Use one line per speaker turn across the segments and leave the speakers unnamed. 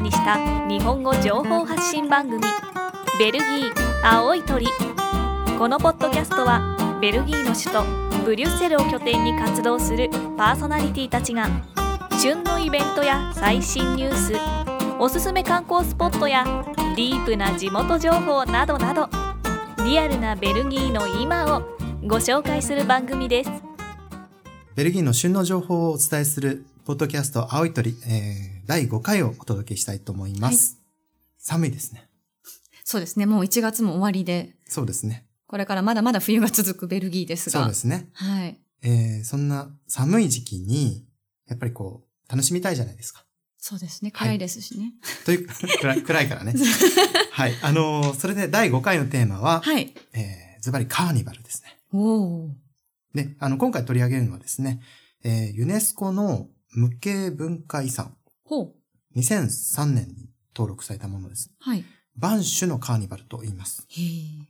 にした日本語情報発信番組「ベルギー青い鳥」このポッドキャストはベルギーの首都ブリュッセルを拠点に活動するパーソナリティたちが旬のイベントや最新ニュースおすすめ観光スポットやディープな地元情報などなどリアルなベルギーの今をご紹介する番組です。
ベルギーの旬の情報をお伝えする、ポッドキャスト青い鳥、えー、第5回をお届けしたいと思います。寒いですね。
そうですね。もう1月も終わりで、
そうですね。
これからまだまだ冬が続くベルギーですが。
そうですね。
はい。
えー、そんな寒い時期に、やっぱりこう、楽しみたいじゃないですか。
そうですね。
はい
暗いですしね。
という、暗い暗い からね。はい。あのーそれで第5回のテーマは、
はい。
えー、ズバリカーニバルですね。
おー
で、あの、今回取り上げるのはですね、えー、ユネスコの無形文化遺産、
ほう。
2003年に登録されたものです。
はい。
万種のカーニバルと言います。
へえ。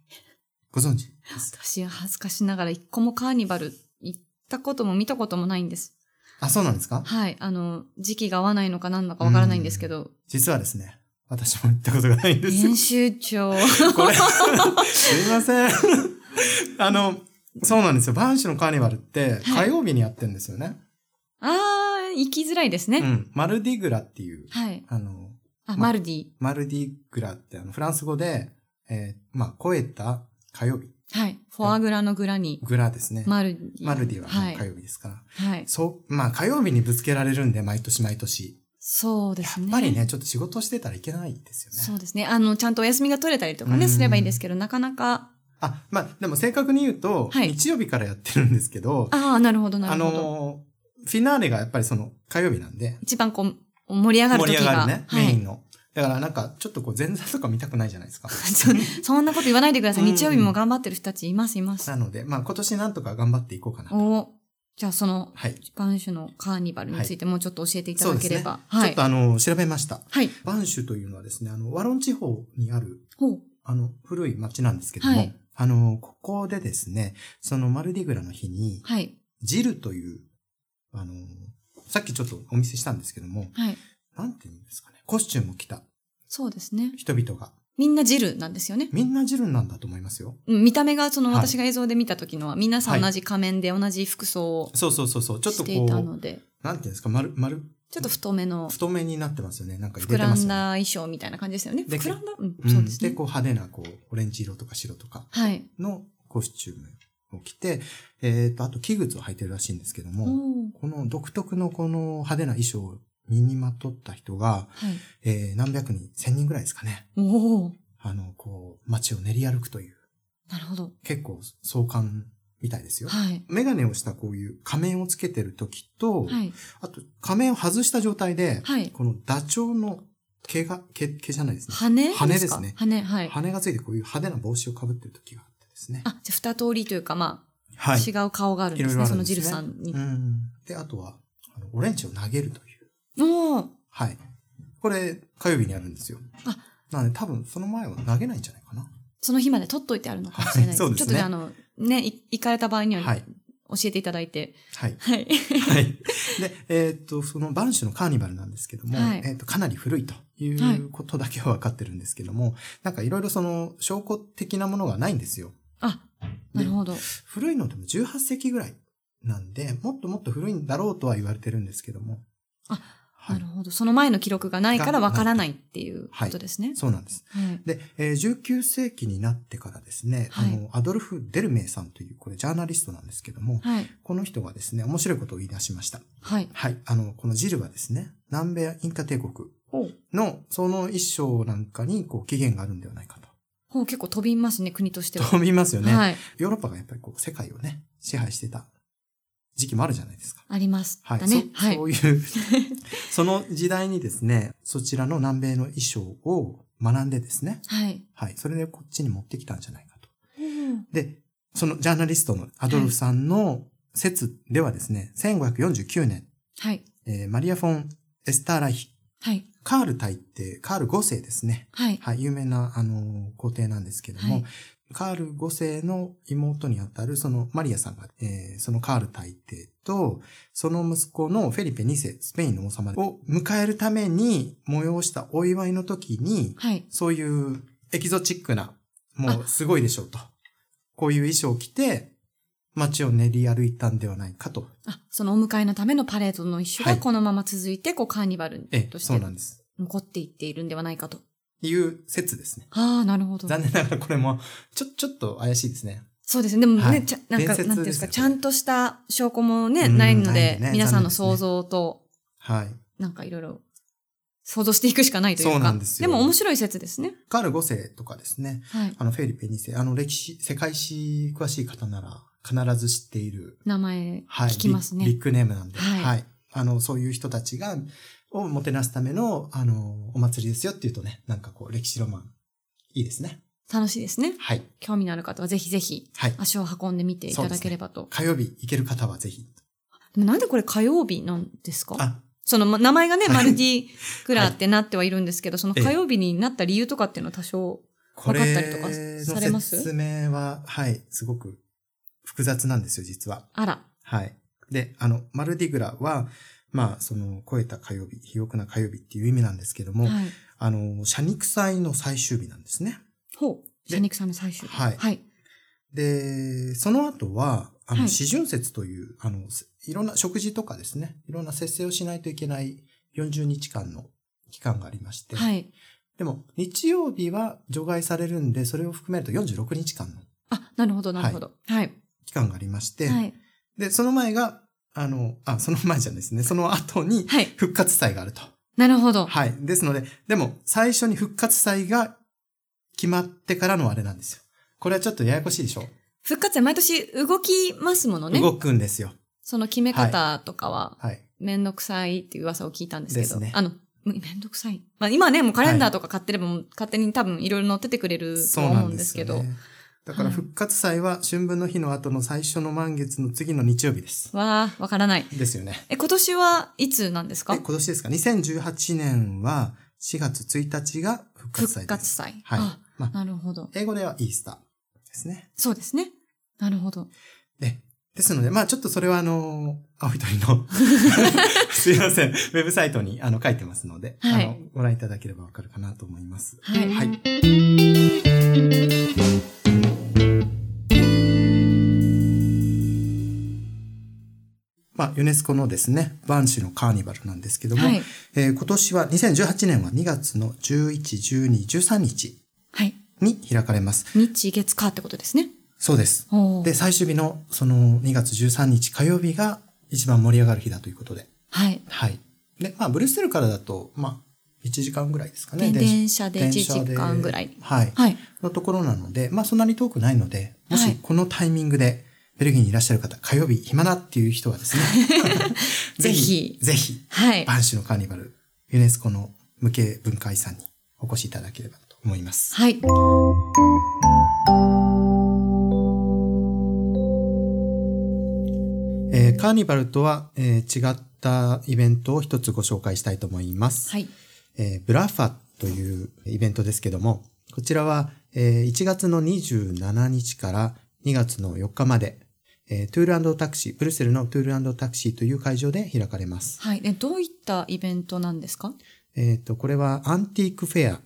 ご存知ですか
私は恥ずかしながら一個もカーニバル行ったことも見たこともないんです。
あ、そうなんですか
はい。あの、時期が合わないのか何だかわからないんですけど、
実はですね、私も行ったことがないんです。
編集長。
これ、すいません。あの、そうなんですよ。万種のカーニバルって火
はい
曜日にやってるんですよね。
あー、行きづらいですね。
うん。マルディグラっていう、
はい。
あの、
あ、マルディ。
マルディグラってあのフランス語で、えーまあ、超えた火曜日、
はい。フォアグラのグラに、
グラですね。
マルディ。
マルディは
は
ね
い
火。曜日ですから。
はい。
そう、まあ火曜日にぶつけられるんで、毎年毎年。
そうで
や
すね。
っぱりね、ちょっと仕事してたらいけないですよね。
そうですね。あの、ちゃんとお休みが取れたりとか
う
ね、
ん
すればいいんですけど、なかなか。
あ、まあ、でも正確に言うと、
はい
日曜日からやってるんですけど、
ああ、なるほど、な
あ
るほど。
のー、フィナーレがやっぱりその火曜日なんで、
一番こう、盛り上がる
盛り
時
上が
が。
るね、
は
メイ
い。
ンの。だからなんか、ちょっとこう前座とか見たくないじゃないですか。
そそんなこと言わないでください。
うん
日曜日も頑張ってる人たちいます、います
な。ので、まあ今年なんとか頑張っていこうかなと。
おじゃあその、
はい。
バンシュのカーニバルについてもうちょっと教えていた
そう
だ
で
け
す
れ
ね。
ば。
ち
は
ょっ
い
と。あのー、調べました。
はい。
バンシュというのはですね、あの、ワロン地方にある、
ほう。
あの、古い町なんですけども、
はい
あの、ここでですね、そのマルディグラの日に、
はい。
ジルという、あの、さっきちょっとお見せしたんですけども、
はい。
なんて言うんですかね、コスチュームを着た
そうですね。
人々が、
みんなジルなんですよね。
みんなジルなんだと思いますよ。
うん見た目が、その
はい
私が映像で見た時のは、皆さん同じ仮面で同じ服装を
そうそうそう、そうちょっと
して
こ、
いうた
なんて
ので、
言うんですか、丸、丸、
ちょっと太めの
太めになってますよね。なんか入
膨
れて
ら
ま
ん
すよね。
だ衣装みたいな感じですよね。
で
膨らんだ、うん
うん
そうですね。
で、こう派手な、こう、オレンジ色とか白とか
はい。
のコスチュームを着て、えっ、と、あと、器具を履いてるらしいんですけども、
おー
この独特のこの派手な衣装を身にまとった人が、
はい。
えー何百人、千人ぐらいですかね。
おお。
あの、こう、街を練り歩くという、
なるほど。
結構壮観みたいですよ。
はい。
メガネをしたこういう仮面をつけてる時と、
はい。
あと仮面を外した状態で、
はい。
このダチョウの毛が、毛、毛じゃないですね。
羽
羽ですね
か羽、はい。
羽がついてこういう派手な帽子をかぶってる時があってですね。
あ、じゃあ二通りというか、まあ、
はい。
違う顔があるんですね。
いろいろあ
そ
るん
の
です
ジ
ね
ルさんに
う。ん。で、あとは、あのオレンジを投げるという。
おお。
はい。これ、火曜日にあるんですよ。
あ
なので、多分その前は投げないんじゃないかな。
その日まで取っといてあるのかもしれないです。
はいそうですね
ちょっとじゃあ、あの、ね、い行かれた場合には、
はい。
教えていただいて。
はい。
はい。
はい。で、えーっと、そのバンシュのカーニバルなんですけども、
はい
えーっと、かなり古いということだけは分かってるんですけども、なんかいろいろその証拠的なものがないんですよ。
あ、
で
なるほど。
古いのでも18世紀ぐらいなんで、もっともっと古いんだろうとは言われてるんですけども。
あ、
は
ないる。ほど。その前の記録がないからわからないっていう
はい
ことですね。
そうなんです。
はい。
で、えー19世紀になってからですね、
はい
あの、アドルフ・デルメイさんという、これジャーナリストなんですけども、
はい。
この人がですね、面白いことを言い出しました。
はい。
はい。あの、このジルはですね、南米インカ帝国
ほう。
のその一章なんかにこう起源があるんではないかと。
ほう、結構飛びますね、国としては。
と 見ますよね、
はい。
ヨーロッパがやっぱりこう世界をね、支配してた時期もあるじゃないですか。
あります。
はい。
だね。
そ
はい。
そういう、 その時代にですね、そちらの南米の衣装を学んでですね、
はい。
はい。それでこっちに持ってきたんじゃないかと。
うん
で、そのジャーナリストのアドルフさんの説ではですね、1549年、
はい。
えーマリア・フォン・エスター・ライヒ
はい。
カール大帝、カール5世ですね。
はい。
はい、有名な、あのー皇帝なんですけども、
はい
カール5世の妹にあたる、そのマリアさんが、えーそのカール大帝と、その息子のフェリペ2世、スペインの王様を迎えるために催したお祝いの時に、
はい。
そういうエキゾチックな、もうすごいでしょうと。こういう衣装を着て、街を練り歩いたんではないかと。
あ、そのお迎えのためのパレードの一種
は
が
い
このまま続いて、こう、カーニバル
ええ、
とし
そう
て
なんです。
残っていっているんではないかと。
いう説ですね。
ああ、なるほど。
残念ながらこれも、ちょ、ちょっと怪しいですね。
そうですね。でもね、
はい
ちゃなんか、
伝説ですね
なんていうんですか、ちゃんとした証拠もね、
うん
ないの
ない
で
んでね、
皆さんの
残念で
想
すね
像と、
はい。
なんかいろいろ、想像していくしかないというか。
そうなんですよ
も面白い説ですね。
カール5世とかですね。
はい。
あの、フェリペ2世。あの、歴史、世界史詳しい方なら、必ず知っている。
名前、
はい。
聞きますね。
ビッビッグネームなんで。は。
はいい
あの、そういう人たちが、をもてなすための、あの、お祭りですよっていうとね、なんかこう、歴史ロマン、いいですね。
楽しいですね。
はい。
興味のある方はぜひぜひ
はい。
足を運んでみていただければと。
火曜日行ける方はぜひ。
でもなんでこれ火曜日なんですか
あ、
そのま名前がね、
はい
マルディクラってなってはいるんですけど、その火曜日になった理由とかっていうのは多少、
これ
わかったりとかされ
の
ます
説明は、はい、すごく複雑なんですよ、実は。
あら、
はい。で、あの、マルディグラは、まあ、その、超えた火曜日、肥沃な火曜日っていう意味なんですけども、
はい。
あの、社肉祭の最終日なんですね。
ほう、
で
シャニクさんの最終日。
はい
はい。
で、その後は、あ
は
の、
い
四旬節という、あの、せいろんな食事とかですね、いろんな節制をしないといけない40日間の期間がありまして、
はい。
でも、日曜日は除外されるんで、それを含めると46日間の
あ、なるほど、なるほど。はい。
期間がありまして、
はい。
で、その前が、あの、あ、その前じゃないですね、その後に
はい。
復活祭があると。
なるほど。
はい。ですので、でも、最初に復活祭が決まってからのあれなんですよ。これはちょっとややこしいでしょ、
復活祭毎年動きますものね。
動くんですよ。
その決め方とかは、
はい。
めんどくさいっていう噂を聞いたんですけ
です
ど、
ね
あの、めめんどくさい。まあ今はね、もうカレンダーとか買ってれば、もう勝手に多分いろいろ載っててくれると
そう
は
な
思
ん
うん
で
ですす
け
け
ど。
ど。
だから復活祭は春分の日の後の最初の満月の次の日曜日です。
わあ、わからない。
ですよね。
え、今年はいつなんです
え
か
今年ですか ?2018 年は4月1日が復活祭で
復活
す。
祭。
はい
あ、。
まあ、
なるほど。
英語ではイースターですね。
そうですね。なるほど。
で、ですので、まあちょっとそれはあの、青い鳥 の、すいません、ウェブサイトにあの書いてますので、
はい
あの、ご覧いただければわかるかなと思います。
はい
はい。まあ、ユネスコのですね、バンシュのカーニバルなんですけども、
はい。
えー今年は2018年は2月の11、12、13日
はい。
に開かれます。
日月火ってことですね。
そうです。
おー
で、最終日のその2月13日火曜日が一番盛り上がる日だということで。
はい。
はい。で、まあ、ブルッセルからだと、まあ、1時間ぐらいですかね。
で電
車
車で1
電車
時間ぐらい。
はい。
はい。
のところなので、まあ、そんなに遠くないので、も
は
し
い
このタイミングで、ベルギーにいらっしゃる方、火曜日暇だっていう人はですね、 ぜひ、
はい。
バンシュのカーニバル、ユネスコの無形文化遺産にお越しいただければと思います。
はい。
えーカーニバルとは、えー違ったイベントを一つご紹介したいと思います。
はい。
えーブラファというイベントですけども、こちらは、えー1月の27日から2月の4日まで、えートゥールタクシー、ブルセルのトゥールタクシーという会場で開かれます。
はい。で、どういったイベントなんですか
えっ、と、これはアンティークフェア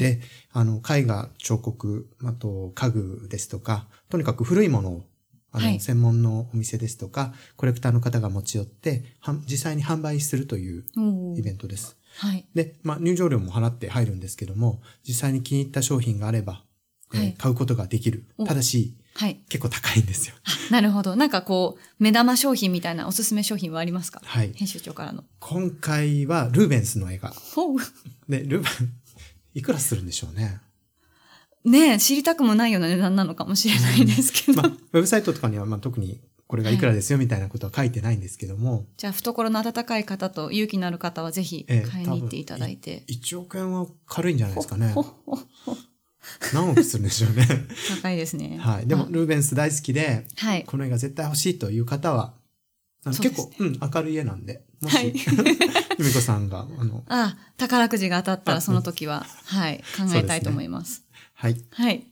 で、
は
あの、絵画、彫刻、あと家具ですとか、とにかく古いものを、あの、
はい
専門のお店ですとか、コレクターの方が持ち寄って、はん実際に販売するという
おー
イベントです。
はい。
で、まあ、入場料も払って入るんですけども、実際に気に入った商品があれば、えー
はい
買うことができる。
お
ただし、
はい。
結構高いんですよ。
なるほど。なんかこう、目玉商品みたいなおすすめ商品はありますか
はい。
編集長からの。
今回はルーベンスの映画。
ほう。
で、ルーベン、いくらするんでしょうね。
ねえ、知りたくもないような値段なのかもしれないですけど。
まあ、ウェブサイトとかには、まあ、特にこれがいくらですよみたいなことは書いてないんですけども、
じゃあ、懐の温かい方と勇気のある方はぜひ
ええ
買いに行っていただいて。
1億円は軽いんじゃないですかね
ほ。ほ
何億するんでしょうね。
高いです ね。
はい。でも、ルーベンス大好きで、
あはい。
この映画絶対欲しいという方は、あの
そう
結
です
構
ね、
うん、明るい絵なんで、も
は
し、
い
ゆめこさんが、あの、
ああ、宝くじが当たった
あ
らその時は、はい、考えたいと思います。
はい。
はい。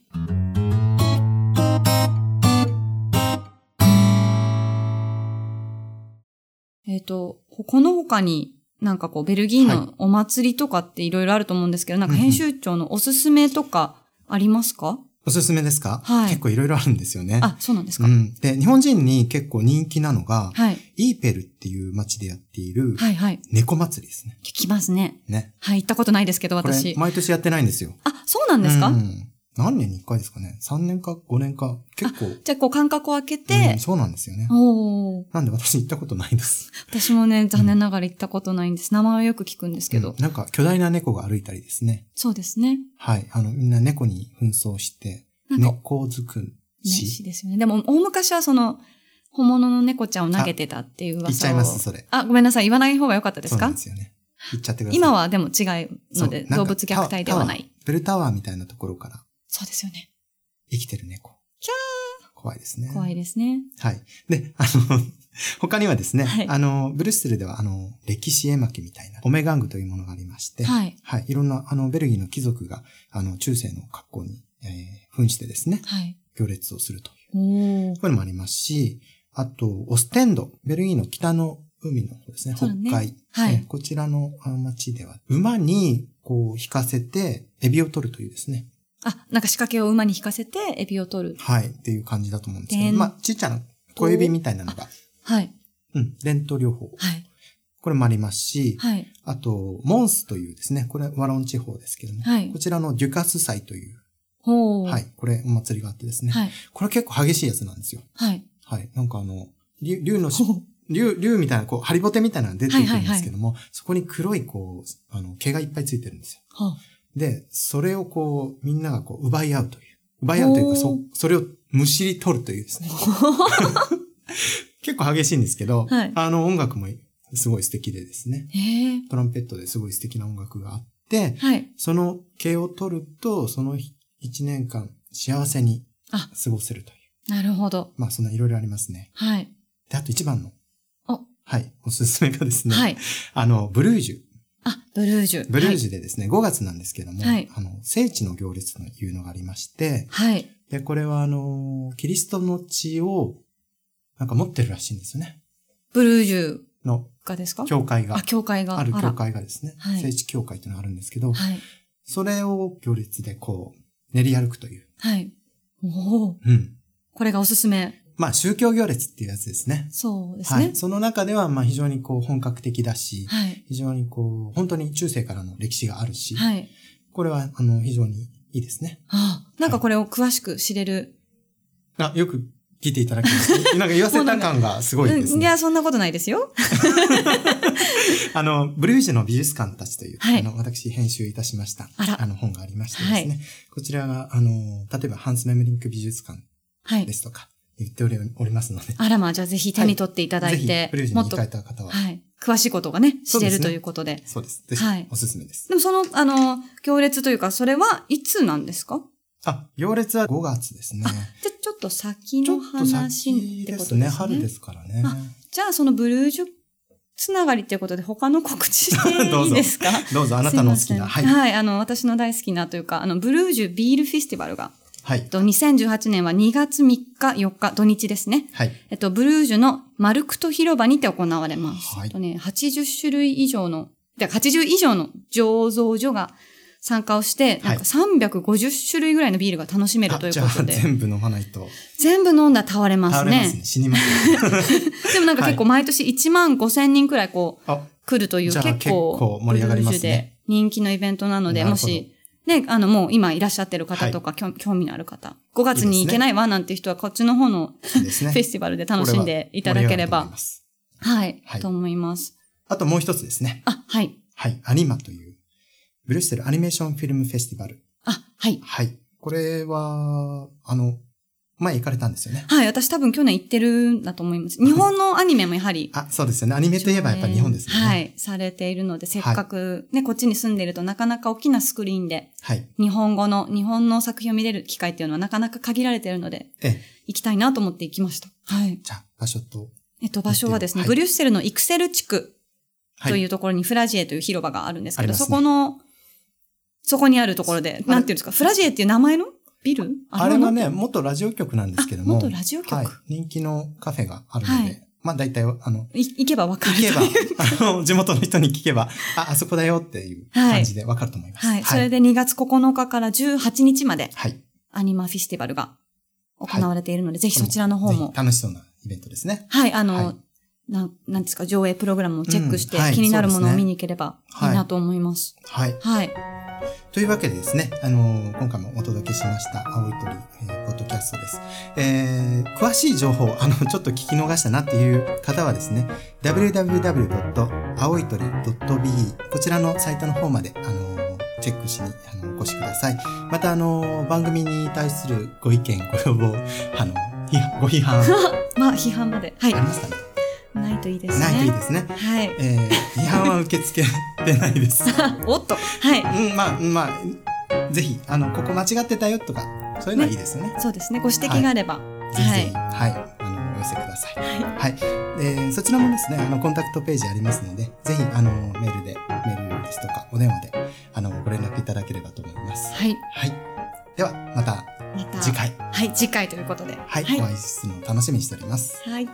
えっ、と、この他に、なんかこう、ベルギー
はい
のお祭りとかっていろいろあると思うんですけど、なんか編集長のおすすめとかありますか
おすすめですか、
はい
結構いろいろあるんですよね。
あ、そうなんです
う
か、
ん。で、日本人に結構人気なのが、
はい。
イーペルっていう街でやっている
はいはい。
猫祭りですね。
聞きますね。
ね。
はい、行ったことないですけど、
これ
私。
毎年やってないんですよ。
あ、そうなんですか、
うん何年に1回ですかね ?3 年か5年か。結構。
じゃあ、こう、間隔を空け
う
て
ん、そうなんですよね。
おー
なんで私行ったことないです。
私もね、残念ながら行ったことないんです。名前はよく聞くんです けど。
うんなんか巨大な猫が歩いたりですね。
そうですね。
はい。あの、みんな猫に紛争して、
なんか、
猫づく
ね、
し。
死ですよね。でも、大昔はその、本物の猫ちゃんを投げてたっていう噂を。
言っちゃいます、それ。
あ、ごめんなさい。言わない方が良かったで
そ
す
うなん
か
ですよね。言っちゃってください。
今はでも違う
そう
ので、
なんか
動物虐待ではな
タ
い。
ワー。ベルタワーみたいなところから
そうですよね。
生きてる猫。
キャ
怖いですね。
怖いですね。
はい。で、あの、 他にはですね、
はい
あの、ブルッセルでは、あの、歴史絵巻みたいな、オメガングというものがありまして、い。
はい。
はい。いろんな、あの、ベルギーの貴族が、あの、中世の格好に、えー、扮してですね、
はい。
行列をするという、
おー
こういうのもありますし、あと、オステンド、ベルギーの北の海の方ですね、北
そうね
海。
はい
えーこちらのあの町では、馬に、こう、引かせて、エビを取るというですね、
あ、なんか仕掛けを馬に引かせて、エビを取る。
はい。っていう感じだと思うんですけ
伝
ど、
統
まあ、ちっちゃな小指みたいなのが、
はい。
うん、伝統療法。
はい。
これもありますし、
はい。
あと、モンスというですね、これはワロン地方ですけども、
はい
こちらのデュカス祭という、
ほー。
は。い、これお祭りがあってですね、
はい。
これ結構激しいやつなんですよ。
はい。
はい、なんかあの、竜竜のし
ほ、ー
竜、竜みたいな、こう、ハリボテみたいなのが出ていくんですけども、そこに黒い、こう、あの、毛がいっぱいついてるんですよ。
ほー
で、それをこう、みんながこう、奪い合うという。奪い合うというか、そ、それをむしり取るというですね。結構激しいんですけど、
はい
あの、音楽もすごい素敵でですね。
へー。
トランペットですごい素敵な音楽があって、
はい。
その毛を取ると、その1年間幸せに
あ
過ごせるという。
なるほど。
まあそんないろいろありますね。
はい。
で、あと一番の
お。
はい。おすすめがですね。
はい。
あの、ブルージ
あ、ブルージュ。
ュ。ブルー
ュ。
ジュでですね、5月なんですけども、
はい
あの、聖地の行列というのがありまして、
はい。
で、これはあの、キリストの血を、なんか持ってるらしいんですよね。
ブルージュ
の、
がですか
教会が
あ、、教会が。
ある
ら
教会がですね、
はい
聖地教会というのがあるんですけど、
はい。
それを行列でこう、練り歩くという。
はい。おー。
うん。
これがおすすめ。
まあ、宗教行列っていうやつですね。
そうです
は
ね
い。。その中では、まあ、非常にこう、本格的だし、
はい。
非常にこう、本当に中世からの歴史があるし、
はい。
これは、あの、非常にいいですね。
ああ、なんかこれを詳しく知れる。
あ、よく聞いていただきま した。なんか言わせた感がすごいです
うん、い
ね
や、。そんなことないですよ。
あの、ブルージュの美術館たちという、
はい
あの、私編集いたしました。
あら
の、本がありましてですね。こちらが、あの、例えば、ハンス・メムリンク美術館
はい
で。すとか、言っておりおりますので、
あらまあ、じゃあぜひ手に取っていただ
ぜ
い
ひ、
て、
ブルージュ
も
に
っ
行
と、
か
は
れた方は、
い、詳しいことがね、知れ
そうです
る
ね
ということで。で
そうです。ぜひ
はい、
おすすめです。
もその、あの、行列というか、それはいつなんですか
あ、行列は5月ですね。
じゃあちょっと先
ちょ
の
っと
話
先
っ
で
てことです
す
ね。
ね。春ですからね。
あじゃあそのブルージュつながりっていうことで他の告知して
どう
いい
ぞ
ですか
どうぞ、あなたの好きな。
は、
はいい。
はい。あの、私の大好きなというか、あの、ブルージュビールフェスティバルが、
はい
えっ。と、2018年は2月3日、4日、土日ですね。
はい。
えっと、ブルージュのマルクト広場にて行われます。
はい
えっとね、80種類以上の、で80以上の醸造所が参加をして、
はい
なんか350種類ぐらいのビールが楽しめるとい
あ
う
じ
こ
ゃあ、
とで、
全部飲まないと。
全部飲んだら倒れます
倒れ
ね。
ますね。死にますね。
でもなんか結構毎年1万5千人くらいこう
あ、
来るという
じゃあ
結構
結構盛り上がりますね
ブルージュで人気のイベントなので、
なる
も
ほど
し、ね、あのもう今いらっしゃってる方とか、興興味のある方、5月に行けないわなんていう人はこっちの方の
そうですね。
フェスティバルで楽しんでいただけ
盛り
れ
上がると思い
ば
ま、す
はい、
はい
と思います。
あともう一つですね。
あ、はい。
はい。アニマという、ブルッセルアニメーションフィルムフェスティバル。
あ、はい。
はい。これは、あの、前行かれたんですよね。
はい、私多分去年行ってるんだと思います。日本のアニメもやはり。
あ、そうですよね。アニメといえばやっぱり日本ですよね。
は。い、されているので、せっかくね、こっちに住んでるとなかなか大きなスクリーンで、
はい。
日本語の、日本の作品を見れる機会っていうのはなかなか限られているので、
ええ。
行きたいなと思って行きました。はい。
じゃあ、場所と。
えっと、場所はですね、
はい
ブリュッセルのイクセル地区
は
というところにフラジエという広場があるんですけ
あり
ど、
ます
そ
ね
この、そこにあるところで、なんていうんですか、フラジエっていう名前のビル
あれは
の
ね、元ラジオ局なんですけど
あ
も。
元ラジオ局
はい。人気のカフェがあるので、
はい
まあ大体、あの、
い行けばわかる
聞けば
という、
あの、地元の人に聞けば、あ、あそこだよっていう感じでわかると思います。
はい。それで2月9日から18日まで
はい。
アニマフェスティバルが行われているので、ぜひそちらの方
ぜ
も
ひ、楽しそうなイベントですね。
はい、あの、
はい
なん、なんですか、上映プログラムをチェックして、
うんはい
気になるもの
そうです
を
ね
見に行ければいいなと思います。
はい。
はい。
というわけでですね、あのー今回もお届けしました、青い鳥、えーポッドキャストです。えー詳しい情報、あの、 ちょっと聞き逃したなっていう方はですね、www. 青い鳥 .be こちらのサイトの方まで、あのーチェックしにあのお越しください。また、あのー番組に対するご意見、ご要望、あの、批判ご批判あ
まあ、批判まで。はい
り。ますかね
ないといいですね。
ないといいですね。
はい。
えー批判は受け付けてないです。
おっと。はい。
うん、まあ、うんまあ、ぜひ、あの、ここ間違ってたよとか、そういうのはいいですよね。
そうですね。ご指摘があれば。
ぜひ
は
ぜ
い
ひ、。はい、あの、お寄せください。はい、えーそちらもですね、あの、コンタクトページありますので、ぜひ、あの、メールで、メールですとか、お電話で、あの、ご連絡いただければと思います。
はい。
はい。では、また
また。
次。回、
はい、次回ということで。
はい、
はい
お会いするのを楽しみにしております。
はい。